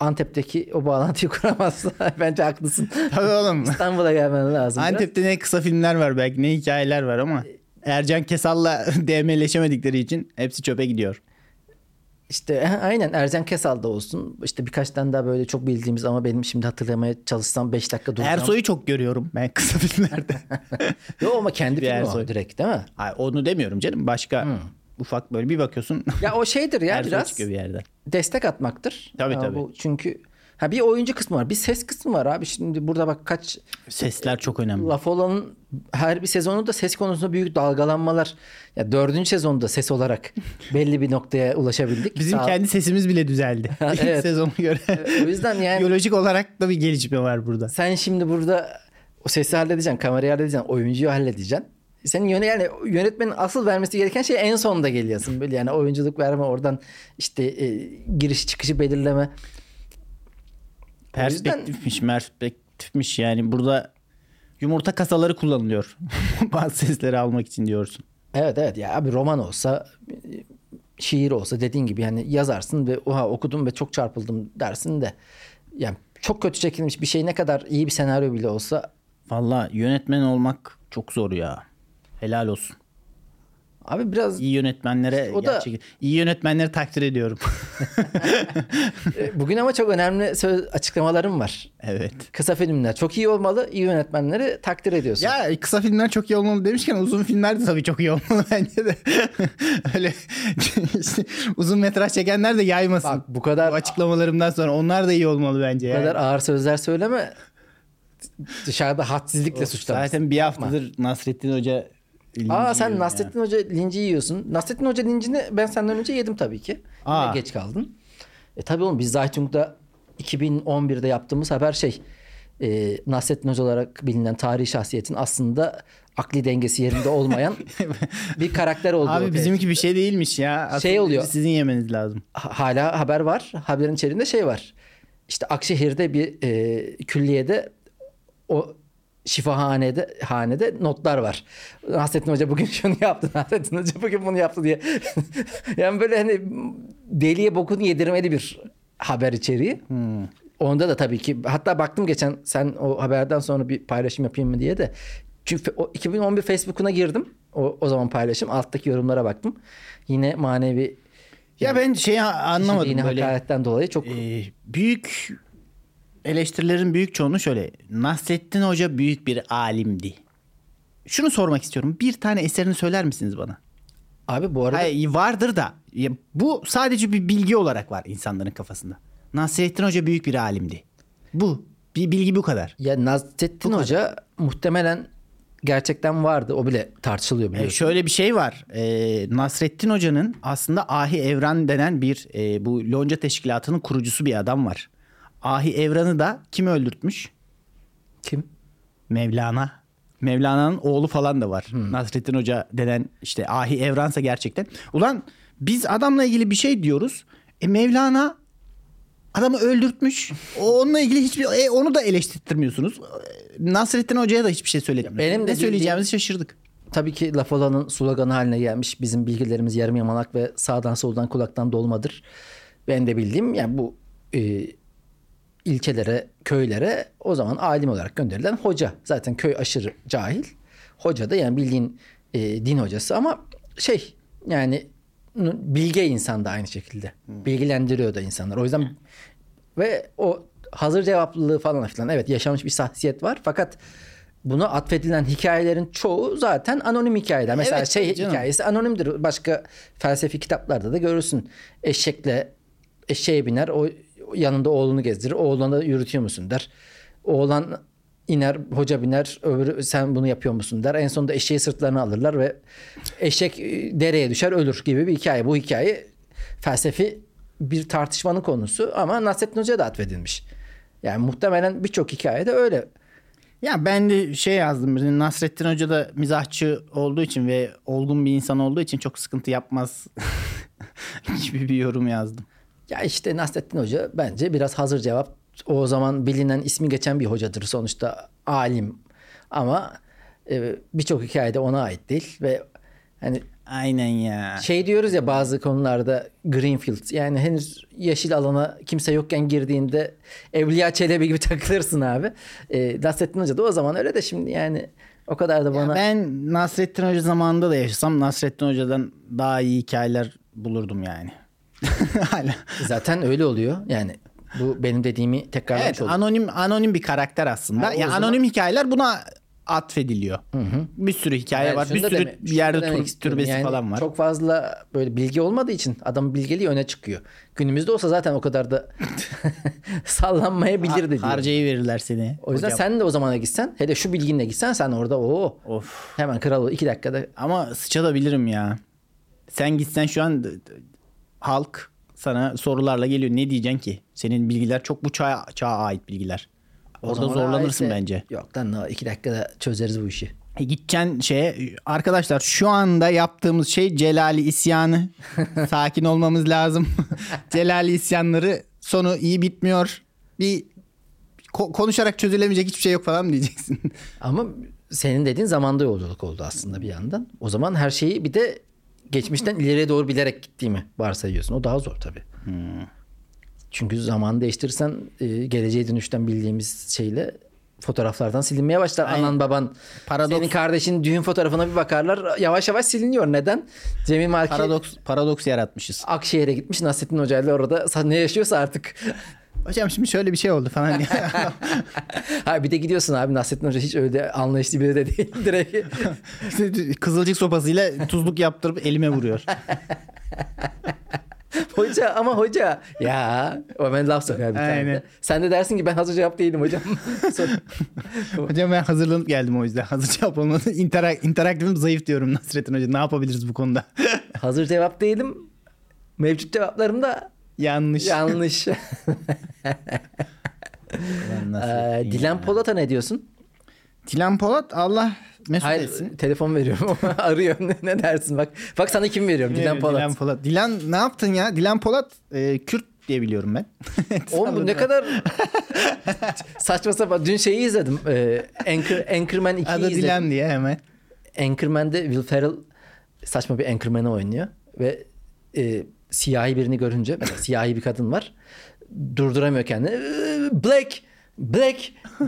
Antep'teki o bağlantıyı kuramazsa bence haklısın. Tabii oğlum. İstanbul'a gelmen lazım. biraz. Ee, Antep'te ne kısa filmler var belki ne hikayeler var ama Ercan Kesal'la DM'leşemedikleri için hepsi çöpe gidiyor. İşte ha, aynen Erzen Kesal da olsun. İşte birkaç tane daha böyle çok bildiğimiz ama benim şimdi hatırlamaya çalışsam 5 dakika duracağım. Ersoy'u çok görüyorum ben kısa filmlerde. Yok ama kendi Bir filmi o Ersoy. direkt değil mi? Ay, onu demiyorum canım. Başka ufak böyle bir bakıyorsun Hmm. Ya o şeydir ya Ersoy biraz çıkıyor bir yerden. destek atmaktır. Tabii, Ya tabii. Bu çünkü Ha bir oyuncu kısmı var. Bir ses kısmı var abi. Şimdi burada bak kaç Sesler çok önemli. laf olanın her bir sezonunda ses konusunda büyük dalgalanmalar. Ya dördüncü sezonda ses olarak belli bir noktaya ulaşabildik. Bizim Sağ- kendi sesimiz bile düzeldi. İlk Evet. sezona göre. O yüzden yani Biyolojik olarak da bir gelişme var burada. sen şimdi burada o sesi halledeceksin, kamerayı halledeceksin, oyuncuyu halledeceksin. Senin yöne yani yönetmenin asıl vermesi gereken şey en sonda geliyorsun böyle yani oyunculuk verme oradan işte e, giriş çıkışı belirleme. Perspektifmiş, perspektifmiş yani burada yumurta kasaları kullanılıyor. Bazı sesleri almak için diyorsun. Evet evet ya abi roman olsa e, şiir olsa dediğin gibi yani yazarsın ve oha okudum ve çok çarpıldım dersin de yani çok kötü çekilmiş bir şey ne kadar iyi bir senaryo bile olsa Valla yönetmen olmak çok zor ya. Helal olsun. abi biraz İyi yönetmenlere O da- gerçek- iyi yönetmenleri takdir ediyorum. e, bugün ama çok önemli söz açıklamalarım var. evet. Kısa filmler çok iyi olmalı. iyi yönetmenleri takdir ediyorsun. Ya kısa filmler çok iyi olmalı demişken uzun filmler de tabii çok iyi olmalı bence de. Öyle işte uzun metraj çekenler de yaymasın. Bak bu bu kadar açıklamalarımdan sonra onlar da iyi olmalı bence. bu Yani. kadar ağır sözler söyleme. Dışarıda hadsizlikle suçlanırsın. Zaten bir haftadır Nasrettin Hoca linci Aa sen yiyor ya. Nasrettin Hoca linci yiyorsun. Nasrettin Hoca lincini ben senden önce yedim tabii ki. Yine Aa. geç kaldın. E tabii oğlum biz Zaytung'da 2011'de yaptığımız haber şey. E, Nasrettin Hoca olarak bilinen tarihi şahsiyetin aslında akli dengesi yerinde olmayan bir karakter olduğu. Abi ortaya bizimki bir şey değilmiş ya. Aslında Şey oluyor. Sizin yemeniz lazım. ha- hala haber var. Haberin içerisinde şey var. İşte Akşehir'de bir e, külliyede o şifahanede hanede notlar var. Nasrettin Hoca bugün şunu yaptı. Nasrettin Hoca bugün bunu yaptı diye. yani böyle hani deliye bokunu yedirmeli bir haber içeriği. Onda da tabii ki hatta baktım geçen sen o haberden sonra bir paylaşım yapayım mı diye de. Çünkü o 2011 Facebook'una girdim. O, o zaman paylaşım. Alttaki yorumlara baktım. Yine manevi Ya ben şeyi a- anlamadım Yine böyle. hakaretten dolayı çok Ee, büyük eleştirilerin büyük çoğunu şöyle. Nasrettin Hoca büyük bir alimdi. Şunu sormak istiyorum. Bir tane eserini söyler misiniz bana? abi bu arada Hayır, vardır da. Ya Bu sadece bir bilgi olarak var insanların kafasında. Nasrettin Hoca büyük bir alimdi. Bu. Bir bilgi bu kadar. ya Nazrettin Hoca muhtemelen gerçekten vardı. O bile tartışılıyor E, biliyorsun. şöyle bir şey var. E, Nasrettin Hoca'nın aslında Ahi Evran denen bir e, bu lonca teşkilatının kurucusu bir adam var. Ahi Evran'ı da kim öldürtmüş? Kim? Mevlana. Mevlana'nın oğlu falan da var. Nasrettin Hoca denen işte Ahi Evran'sa gerçekten. Ulan biz adamla ilgili bir şey diyoruz. E Mevlana adamı öldürtmüş. O- Onunla ilgili hiçbir e, onu da eleştirtmiyorsunuz. E, Nasrettin Hoca'ya da hiçbir şey söyletmiyorsunuz. benim de ne bildiğim- söyleyeceğimizi şaşırdık. Tabii ki laf olanın sloganı haline gelmiş. Bizim bilgilerimiz yarım yamalak ve sağdan soldan kulaktan dolmadır. Ben de bildiğim yani bu e, ilçelere, köylere o zaman alim olarak gönderilen hoca. Zaten köy aşırı cahil. Hoca da yani bildiğin e, din hocası ama şey yani n- bilge insan da aynı şekilde. Hmm. Bilgilendiriyor da insanlar. O yüzden ve o hazır cevaplılığı falan filan evet yaşanmış bir şahsiyet var fakat buna atfedilen hikayelerin çoğu zaten anonim hikayeler. Mesela Evet, şey tabii canım. hikayesi anonimdir. Başka felsefi kitaplarda da görürsün. Eşekle eşeğe biner o yanında oğlunu gezdirir. Oğlana yürütüyor musun der. Oğlan iner hoca biner öbürü sen bunu yapıyor musun der. En sonunda eşeği sırtlarına alırlar ve eşek e, dereye düşer ölür gibi bir hikaye. Bu hikaye felsefi bir tartışmanın konusu ama Nasrettin Hoca'ya da atfedilmiş. Yani muhtemelen birçok hikayede öyle. Ya ben de şey yazdım. bizim Nasrettin Hoca da mizahçı olduğu için ve olgun bir insan olduğu için çok sıkıntı yapmaz gibi bir yorum yazdım. Ya işte Nasrettin Hoca bence biraz hazır cevap. O zaman bilinen ismi geçen bir hocadır sonuçta alim. Ama e, birçok hikayede ona ait değil ve hani Aynen ya. şey diyoruz ya bazı konularda Greenfield yani henüz yeşil alana kimse yokken girdiğinde Evliya Çelebi gibi takılırsın abi. E, Nasrettin Hoca da o zaman öyle de şimdi yani o kadar da bana Ben Nasrettin Hoca zamanında da yaşasam Nasrettin Hoca'dan daha iyi hikayeler bulurdum yani. Hala. zaten öyle oluyor. Yani bu benim dediğimi tekrarlamış Evet, oldum. anonim anonim bir karakter aslında. Ha, o ya zaman- anonim hikayeler buna atfediliyor. Bir sürü hikaye Yani var. şunu Bir da sürü deme- şunu yerde da demek tur- istiyorum. türbesi Yani falan var. Çok fazla böyle bilgi olmadığı için adamın bilgeliği öne çıkıyor. Günümüzde olsa zaten o kadar da sallanmayabilirdi diyor. Harcayı verirler seni. o yüzden hocam. sen de o zamana gitsen hele şu bilginle gitsen sen orada o Of. hemen kral olur. iki dakikada Ama sıçabilirim ya. Sen gitsen şu an d- d- halk sana sorularla geliyor. Ne diyeceksin ki? Senin bilgiler çok bu çağa, çağa ait bilgiler. o Orada zamana zorlanırsın aitse- bence. Yok lan no, iki dakikada çözeriz bu işi. E, gideceksin şeye. Arkadaşlar şu anda yaptığımız şey Celali isyanı. Sakin olmamız lazım. Celali isyanları sonu iyi bitmiyor. Bir ko- konuşarak çözülemeyecek hiçbir şey yok falan mı diyeceksin? Ama senin dediğin zamanda yolculuk oldu aslında bir yandan. O zaman her şeyi bir de geçmişten ileriye doğru bilerek gittiğimi varsayıyorsun. O daha zor tabii. Hmm. Çünkü zaman değiştirirsen e, geleceğe dönüşten bildiğimiz şeyle fotoğraflardan silinmeye başlar. Anan baban Paradoks. senin kardeşin düğün fotoğrafına bir bakarlar yavaş yavaş siliniyor. Neden? Cemil Marki paradoks paradoks yaratmışız. Akşehir'e gitmiş Nasrettin Hoca ile orada sa- ne yaşıyorsa artık. Hocam şimdi şöyle bir şey oldu falan. diye. ha bir de gidiyorsun abi Nasrettin Hoca hiç öyle anlayışlı biri de değil direkt. Kızılcık sopasıyla tuzluk yaptırıp elime vuruyor. Hoca ama hoca. Ya o ben laf sokar bir tane. Aynen. de. Sen de dersin ki ben hazır cevap değilim hocam. Sonra- Hocam ben hazırlanıp geldim o yüzden. Hazır cevap olmadı. İnterak, interaktifim zayıf diyorum Nasrettin Hoca. Ne yapabiliriz bu konuda? hazır cevap değilim. Mevcut cevaplarım da Yanlış. yanlış. Ulan Ee, Nasrettin Dilan ya. Polat'a ne diyorsun? Dilan Polat Allah mesut Hayır etsin. telefon veriyorum. Arıyor. Ne, ne dersin bak. Bak sana kim veriyorum? Dilan Evet, Polat. Dilan Polat. Dilan ne yaptın ya? Dilan Polat e, Kürt diye biliyorum ben. Oğlum bu ne kadar saçma sapan. Dün şeyi izledim. Ee, Anchor, Anchorman 2'yi Adı şey izledim. Dilan diye hemen. Anchorman'de Will Ferrell saçma bir Anchorman'ı oynuyor ve e, siyahi birini görünce mesela siyahi bir kadın var durduramıyor kendini "Ee, black black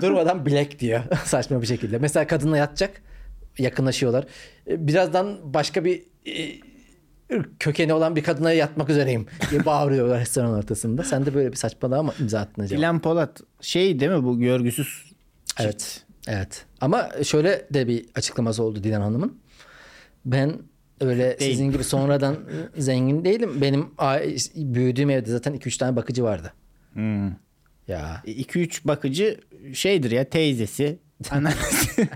durmadan black diyor saçma bir şekilde mesela kadınla yatacak yakınlaşıyorlar E, birazdan başka bir e, ırk kökeni olan bir kadına yatmak üzereyim diye bağırıyorlar restoran ortasında sen de böyle bir saçmalığa mı imza attın acaba? Dilan Polat şey değil mi bu görgüsüz? Evet. Evet. Ama şöyle de bir açıklaması oldu Dilan Hanım'ın. Ben öyle Değil. sizin gibi sonradan zengin değilim. Benim a- büyüdüğüm evde zaten 2-3 tane bakıcı vardı. Hmm. Ya 2-3 e, bakıcı şeydir ya teyzesi. Ananesi.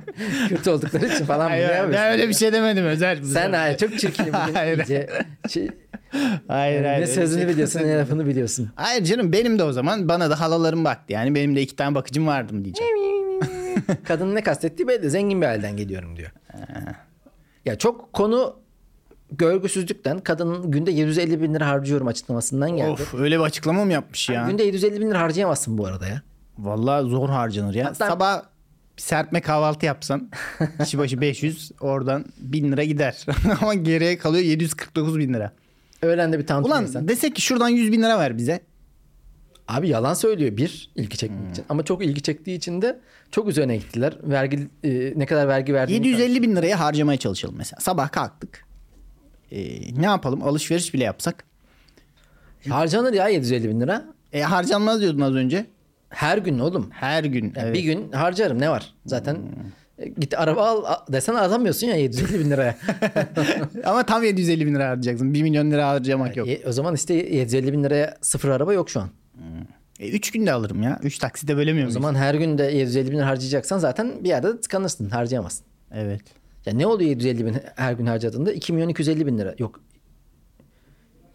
kötü oldukları için falan bunu Hayır, ben yapıyorsun. öyle bir şey demedim özel. Sen hayır çok çirkinim. Hayır. Iyice, şey, Hayır, hayır, ne öyle sözünü bir şey biliyorsun ne lafını biliyorsun. Hayır canım benim de o zaman bana da halalarım baktı. Yani benim de iki tane bakıcım vardı mı diyeceğim. Kadının ne kastettiği belli. Zengin bir aileden geliyorum diyor. Ee. ya çok konu görgüsüzlükten kadının günde 750 bin lira harcıyorum açıklamasından geldi. of öyle bir açıklama mı yapmış ya? Günde 750 bin lira harcayamazsın bu arada ya. Vallahi zor harcanır ya. Hatta- Sabah bir serpme kahvaltı yapsan kişi başı 500 oradan 1000 lira gider. Ama geriye kalıyor 749 bin lira. Öğlen de bir tantuni Ulan yesen. desek ki şuradan 100 bin lira ver bize. Abi yalan söylüyor bir ilgi çekmek Hmm. için. Ama çok ilgi çektiği için de çok üzerine gittiler. Vergi e, ne kadar vergi verdiğini. 750 bin liraya harcamaya çalışalım mesela. Sabah kalktık. Ee, ne yapalım alışveriş bile yapsak. Harcanır ya 750 bin lira. E, harcanmaz diyordun az önce. Her gün oğlum. Her gün. Ya evet. Hmm. Bir gün harcarım ne var? Zaten e, git araba al a- desen alamıyorsun ya 750 bin liraya. Ama tam 750 bin lira harcayacaksın. 1 milyon lira harcamak yok. E, o zaman işte 750 bin liraya sıfır araba yok şu an. E, üç günde alırım ya. Üç takside bölemiyor O muyuz? zaman her gün de 750 bin lira harcayacaksan zaten bir yerde tıkanırsın harcayamazsın. Evet. Ya ne oluyor 750 bin her gün harcadığında? 2 milyon 250 bin lira. Yok.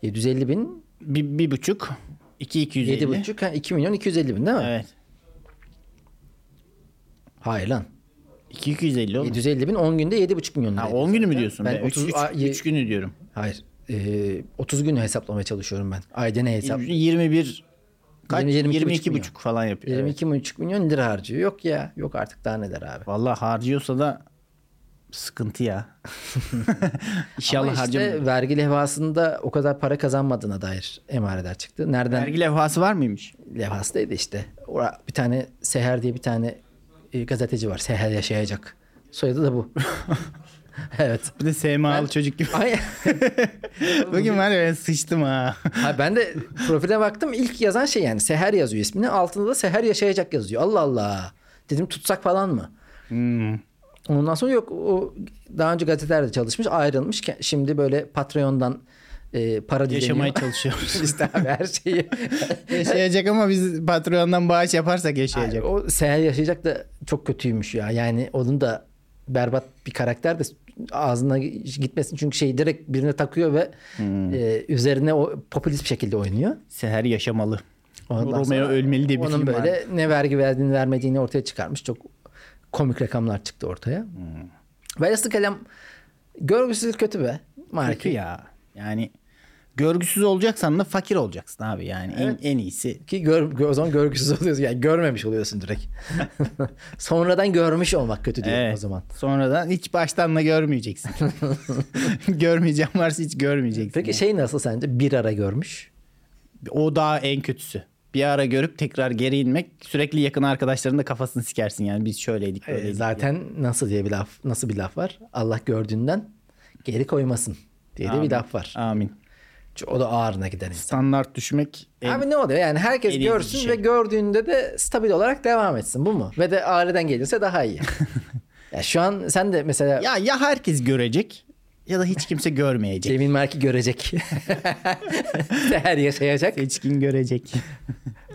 750 bin, Bir, bir buçuk. iki 250. 7 buçuk, 2 milyon 250 bin değil mi? Evet. Hayır lan. İki 250 oğlum. 750 bin 10 günde 7,5 milyon lira. Ha, ediyor 10 günü mü zaten. diyorsun? Ben Ben 3 30, a- ye- günü diyorum. Hayır. Ee, 30 günü hesaplamaya çalışıyorum ben. Ayda ne hesap? 21 kaç? 20, 22 22, milyon. buçuk falan yapıyor. Evet. 22,5 milyon lira harcıyor. Yok ya. Yok artık daha neler abi. Vallahi harcıyorsa da sıkıntı ya. Ama İnşallah işte harcamıyor. vergi levhasında o kadar para kazanmadığına dair emareler çıktı. Nereden? Vergi levhası var mıymış? levhasındaydı işte. Ora- Bir tane Seher diye bir tane e, gazeteci var. Seher yaşayacak. Soyadı da bu. evet. Bir de SMA'lı çocuk gibi. Ay, Bugün var ya ben sıçtım ha. ha ben de profile baktım. İlk yazan şey yani Seher yazıyor ismini. Altında da Seher yaşayacak yazıyor. Allah Allah. Dedim tutsak falan mı? Ondan sonra yok o daha önce gazetelerde çalışmış ayrılmış. Ke- Şimdi böyle Patreon'dan e, para dileniyor. Yaşamaya çalışıyoruz. İşte abi her şeyi. yaşayacak ama biz Patreon'dan bağış yaparsak yaşayacak. o Seher yaşayacak da çok kötüymüş ya. Yani onun da berbat bir karakter de ağzına gitmesin. Çünkü şey direkt birine takıyor ve Hmm. e, üzerine o popülist bir şekilde oynuyor. Seher yaşamalı. Ondan Romeo sonra Ölmeli diye bir onun film böyle var. ne vergi verdiğini vermediğini ortaya çıkarmış. Çok komik rakamlar çıktı ortaya. Hmm. Velhasıl kelam görgüsüzlük kötü be. Marki. Kötü ya. Yani görgüsüz olacaksan da fakir olacaksın abi yani. En- En, iyisi. Ki gör, gö- o zaman görgüsüz oluyorsun. Yani görmemiş oluyorsun direkt. Sonradan görmüş olmak kötü diyor o zaman. Sonradan hiç baştan da görmeyeceksin. Görmeyeceğim varsa hiç görmeyeceksin. Peki şey nasıl sence? Bir ara görmüş. O daha en kötüsü. Bir ara görüp tekrar geri inmek sürekli yakın arkadaşlarının da kafasını sikersin yani biz şöyleydik Ee, böyleydik. zaten nasıl diye bir laf nasıl bir laf var? Allah gördüğünden geri koymasın diye de bir laf var. Amin. Çünkü O da ağırına giden insan. Standart düşmek en- Abi ne oluyor? Yani herkes en iyi görsün şey. ve gördüğünde de stabil olarak devam etsin. Bu mu? Ve de aileden gelirse daha iyi. ya şu an sen de mesela ya ya herkes görecek ya da hiç kimse görmeyecek. Cemil Marki görecek. Her yaşayacak. Seçkin görecek.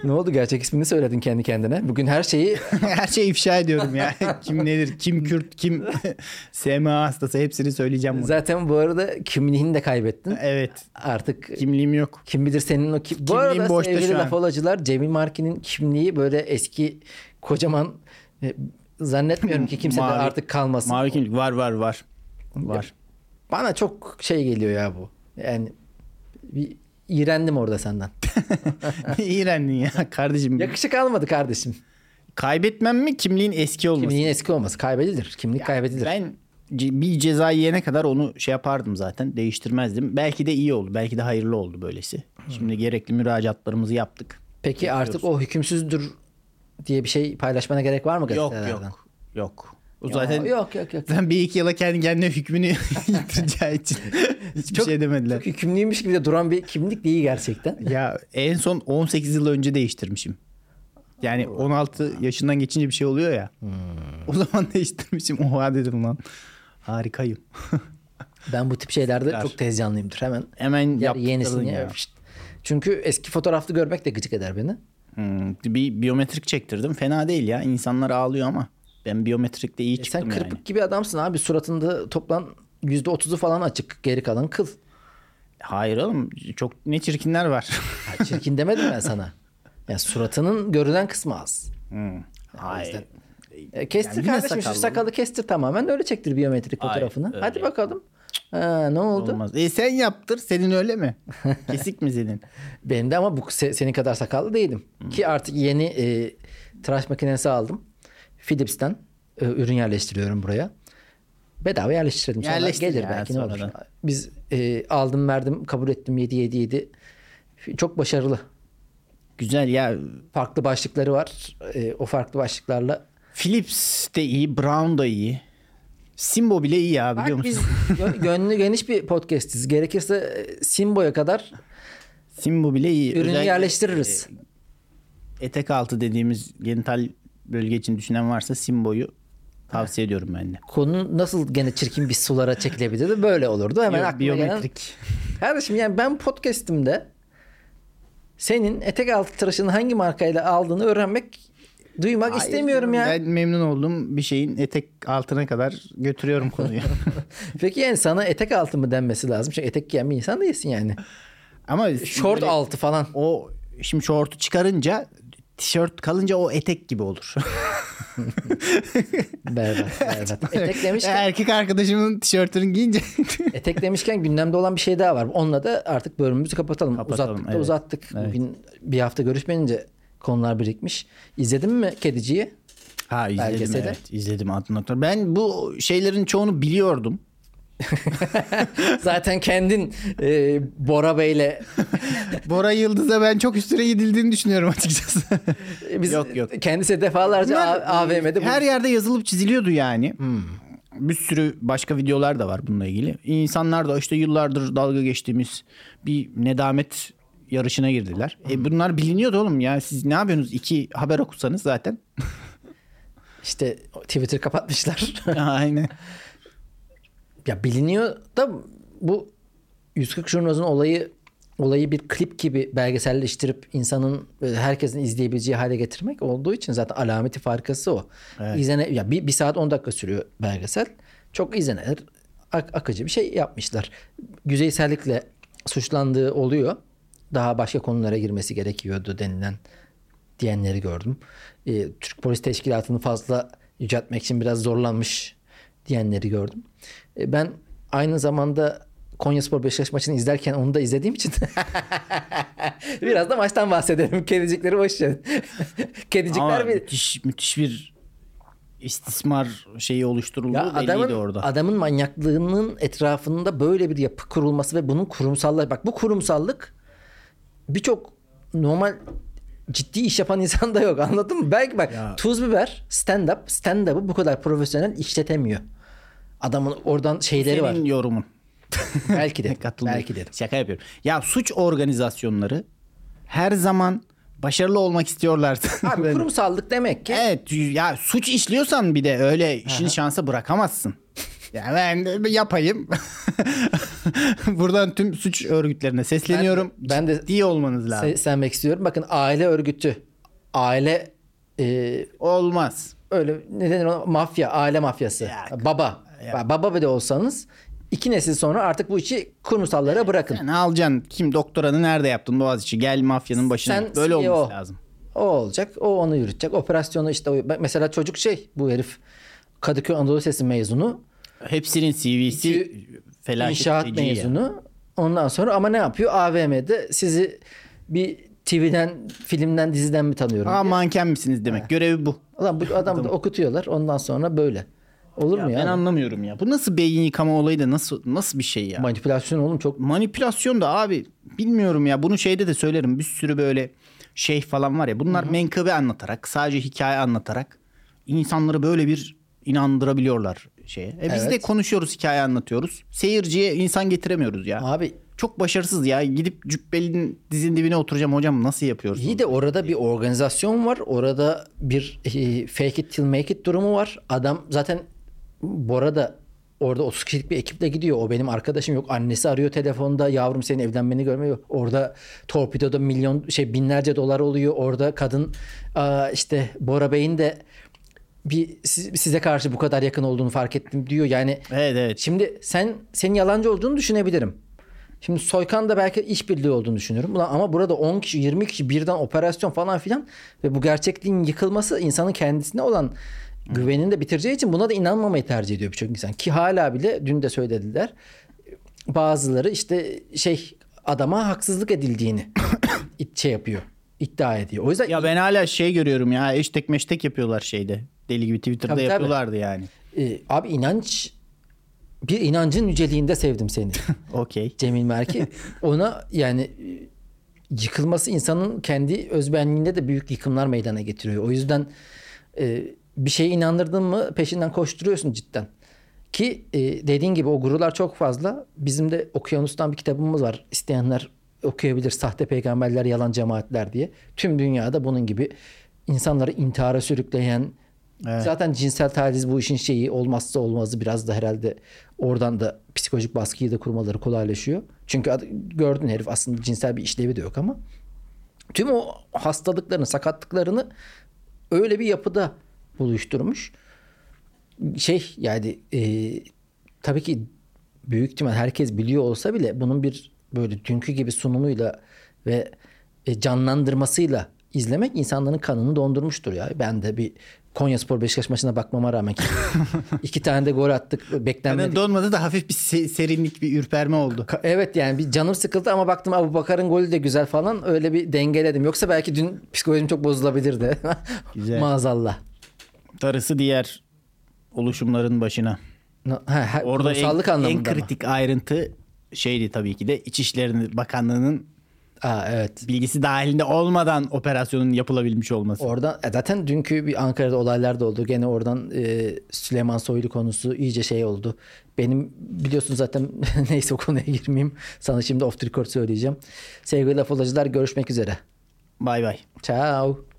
Ne oldu gerçek ismini söyledin kendi kendine. Bugün her şeyi Her şeyi ifşa ediyorum ya. kim nedir, kim Kürt, kim SMA hastası hepsini söyleyeceğim. bunu. zaten bu arada kimliğini de kaybettin. Evet. Artık Kimliğim yok. Kim bilir senin o kim... Bu Kimliğin arada boşta sevgili şu an. laf olacılar Cemil Marki'nin kimliği böyle eski kocaman e, zannetmiyorum ki kimse de Mavi- artık kalmasın. Mavi kimlik var var var. Var. Bana çok şey geliyor ya bu. Yani bir iğrendim orada senden. İğrendin ya kardeşim. Yakışık almadı kardeşim. Kaybetmem mi kimliğin eski olması? Kimliğin eski olması kaybedilir. Kimlik kaybedilir. Ben ce- bir ceza yiyene kadar onu şey yapardım zaten değiştirmezdim. Belki de iyi oldu. Belki de hayırlı oldu böylesi. Hmm. Şimdi gerekli müracaatlarımızı yaptık. Peki artık o hükümsüzdür diye bir şey paylaşmana gerek var mı Yok gazetelerden? yok. Yok. O zaten Yok yok yok. zaten bir iki yıla kendi kendine hükmünü yitireceği için hiçbir Çok- şey demediler. Çok hükümlüymüş gibi de duran bir kimlik değil gerçekten. Ya en son 18 yıl önce değiştirmişim. Yani 16 yaşından geçince bir şey oluyor ya. Hmm. O zaman değiştirmişim. Oha dedim lan. Harikayım. Ben bu tip şeylerde Tekrar. çok tez canlıyımdır. Hemen Ya Hemen yaptırdın yenisini ya. yapıştı. Çünkü eski fotoğraflı görmek de gıcık eder beni. Hmm, bir biyometrik çektirdim. Fena değil ya. İnsanlar ağlıyor ama. Ben biyometrikte iyi E çıktım sen yani. kırpık gibi adamsın abi. Suratında toplam %30'u falan açık. Geri kalan kıl. Hayır oğlum. Çok ne çirkinler var. Ya Çirkin demedim ben sana. Yani suratının görülen kısmı az. Hmm, Hayır. yüzden- E, kestir Yani yine kardeşim sakallı. şu sakalı kestir tamamen. Öyle çektir biyometrik Hayır, fotoğrafını. öyle Hadi yapma. bakalım. Ha, ne oldu? Olmaz. E sen yaptır. Senin öyle mi? Kesik mi senin? Benim de ama bu se- senin kadar sakallı değilim. Ki artık yeni e, tıraş makinesi aldım. Philips'ten e, ürün yerleştiriyorum buraya. Bedava yerleştirdim. Sonra Yerleştir gelir ya belki ne olur. sonradan. Biz e, aldım verdim kabul ettim 7 7 7. Çok başarılı. Güzel ya. Farklı başlıkları var. E, o farklı başlıklarla. Philips de iyi. Brown da iyi. Simbo bile iyi ya biliyor Bak musun? biz gö- gönlü geniş bir podcastiz. Gerekirse e, Simbo'ya kadar Simbo bile iyi. ürünü Özellikle e, yerleştiririz. Etek altı dediğimiz genital bölge için düşünen varsa Simbo'yu tavsiye ediyorum ben de. Konu nasıl gene çirkin bir sulara çekilebilirdi? Böyle olurdu. Hemen Biyo- aklıma gelen biyometrik. Kardeşim yani ben podcast'imde senin etek altı tıraşını hangi markayla aldığını öğrenmek, duymak Hayır istemiyorum ya. canım, Ben memnun oldum. Bir şeyin etek altına kadar götürüyorum konuyu. Peki yani sana etek altı mı denmesi lazım? Çünkü etek giyen bir insan değilsin yani. Ama Şort böyle altı falan. O şimdi şortu çıkarınca tişört kalınca o etek gibi olur. Berbat, berbat. etek demişken, Erkek arkadaşımın tişörtünü giyince etek demişken gündemde olan bir şey daha var. Onunla da artık bölümümüzü kapatalım. Kapatalım, uzattık da evet. uzattık. Bugün bir hafta görüşmeyince konular birikmiş. İzledin mi Kedici'yi? Ha izledim Belgeseli. evet. İzledim Adnan Oktar. Ben bu şeylerin çoğunu biliyordum. Zaten kendin e, Bora Bey'le Bora Yıldız'a ben çok üstüne gidildiğini düşünüyorum açıkçası. biz Yok, yok. kendisi defalarca Bunlar, e, A- AVM'de bu Hmm. Her yerde yazılıp çiziliyordu yani. Bir sürü başka videolar da var bununla ilgili. İnsanlar da işte yıllardır dalga geçtiğimiz bir nedamet yarışına Hmm. girdiler. E bunlar biliniyordu oğlum ya. Siz ne yapıyorsunuz? İki haber okusanız zaten. İşte Twitter kapatmışlar. Aynen. ya biliniyor da bu 140 Jurnal'ın olayı olayı bir klip gibi belgeselleştirip insanın e, herkesin izleyebileceği hale getirmek olduğu için zaten alameti farkası o. Evet. İzlene ya bir, bir saat 10 dakika sürüyor belgesel. Çok izlenir. Ak- akıcı bir şey yapmışlar. Yüzeysellikle suçlandığı oluyor. Daha başka konulara girmesi gerekiyordu denilen diyenleri gördüm. E, Türk Polis Teşkilatı'nı fazla yüceltmek için biraz zorlanmış diyenleri gördüm. E, ben aynı zamanda Konyaspor Beşiktaş maçını izlerken onu da izlediğim için biraz da maçtan bahsedelim. Kedicikleri boş ver. Kedicikler Ama bir müthiş, müthiş bir istismar şeyi oluşturuldu. Ya belliydi adamın, orada. adamın manyaklığının etrafında böyle bir yapı kurulması ve bunun kurumsallığı. Bak bu kurumsallık birçok normal ciddi iş yapan insan da yok anladın mı? Belki bak Ya. tuz biber stand up stand up'ı bu kadar profesyonel işletemiyor. Adamın oradan şeyleri var. Senin yorumun. belki de. Katılıyorum. belki de. Şaka yapıyorum. Ya suç organizasyonları her zaman başarılı olmak istiyorlar. Abi kurumsallık demek ki Evet ya suç işliyorsan bir de öyle işini şansa bırakamazsın. Ya ben de yapayım. Buradan tüm suç örgütlerine sesleniyorum. Ben de- Ciddi olmanız lazım. se- sevmek istiyorum. Bakın aile örgütü. Aile e, Olmaz. öyle ne denir ona? Mafya, aile mafyası. Ya- baba. Ya. Baba bile olsanız iki nesil sonra artık bu işi kurumsallara bırakın. Yani alacaksın kim doktoranı nerede yaptın Boğaziçi gel mafyanın başına. Sen Böyle CEO. olması lazım. O olacak. O onu yürütecek. Operasyonu işte o- bak mesela çocuk şey bu herif Kadıköy Anadolu Sesi mezunu. Hepsinin CV'si felaket inşaat feci ya. mezunu. Ondan sonra ama ne yapıyor? AVM'de sizi bir TV'den, filmden, diziden mi tanıyorum? Aa manken misiniz demek. Görevi bu. Ulan bu adamı da okutuyorlar. Ondan sonra böyle. Olur mu ya? Ben anlamıyorum ya. Bu nasıl beyin yıkama olayı da nasıl nasıl bir şey ya? Manipülasyon oğlum çok manipülasyon da abi bilmiyorum ya bunu şeyde de söylerim bir sürü böyle şey falan var ya bunlar menkıbe anlatarak sadece hikaye anlatarak insanları böyle bir inandırabiliyorlar şeye. E biz Evet. de konuşuyoruz hikaye anlatıyoruz. Seyirciye insan getiremiyoruz ya. abi Çok başarısız ya. Gidip cübbelinin dizinin dibine oturacağım hocam nasıl yapıyoruz? İyi de orada bir organizasyon var. Orada bir e, fake it till make it durumu var. Adam zaten Bora da orada 30 kişilik bir ekiple gidiyor. O benim arkadaşım yok. Annesi arıyor telefonda. Yavrum senin evlenmeni görmüyor. Orada torpidoda milyon şey binlerce dolar oluyor. Orada kadın aa, işte Bora Bey'in de bir si- size karşı bu kadar yakın olduğunu fark ettim diyor. Yani Evet evet. Şimdi sen senin yalancı olduğunu düşünebilirim. Şimdi Soykan da belki işbirliği olduğunu düşünüyorum. Ulan ama burada 10 kişi 20 kişi birden operasyon falan filan ve bu gerçekliğin yıkılması insanın kendisine olan güvenini de bitireceği için buna da inanmamayı tercih ediyor birçok insan. Ki hala bile dün de söylediler bazıları işte şey adama haksızlık edildiğini it- şey yapıyor iddia ediyor. O yüzden Ya ben hala şey görüyorum ya eştek meştek yapıyorlar şeyde. Deli gibi Twitter'da Tabii, tabii. yapıyorlardı yani. e, abi inanç bir inancın yüceliğinde sevdim seni. Okey. Cemil Merki. Ona yani e, yıkılması insanın kendi özbenliğinde de büyük yıkımlar meydana getiriyor. O yüzden e, bir şeye inandırdın mı peşinden koşturuyorsun cidden. Ki e, dediğin gibi o gurular çok fazla. Bizim de Okyanus'tan bir kitabımız var. İsteyenler okuyabilir. Sahte peygamberler, yalan cemaatler diye. Tüm dünyada bunun gibi insanları intihara sürükleyen Zaten cinsel taciz bu işin şeyi olmazsa olmazı biraz da herhalde oradan da psikolojik baskıyı da kurmaları kolaylaşıyor. Çünkü ad- gördün herif aslında cinsel bir işlevi de yok ama tüm o hastalıklarını, sakatlıklarını öyle bir yapıda buluşturmuş. Şey yani e, tabii ki büyük ihtimal herkes biliyor olsa bile bunun bir böyle dünkü gibi sunumuyla ve e, canlandırmasıyla izlemek insanların kanını dondurmuştur ya. Ben de bir Konyaspor Beşiktaş maçına bakmama rağmen ki iki tane de gol attık beklenmedik. Yani donmadı da hafif bir se- serinlik bir ürperme oldu. Ka- Evet yani bir canım sıkıldı ama baktım Abu Bakar'ın golü de güzel falan öyle bir dengeledim. Yoksa belki dün psikolojim çok bozulabilirdi. Güzel. Maazallah. Darısı diğer oluşumların başına. No- Ha, ha, Orada en, kurumsallık en anlamında mı? kritik ayrıntı şeydi tabii ki de İçişleri Bakanlığı'nın Aa, evet. bilgisi dahilinde olmadan operasyonun yapılabilmiş olması. Oradan e, zaten dünkü bir Ankara'da olaylar da oldu. Gene oradan e, Süleyman Soylu konusu iyice şey oldu. Benim biliyorsun zaten neyse o konuya girmeyeyim. Sana şimdi off the record söyleyeceğim. Sevgili laf olacılar görüşmek üzere. Bay bay. Ciao.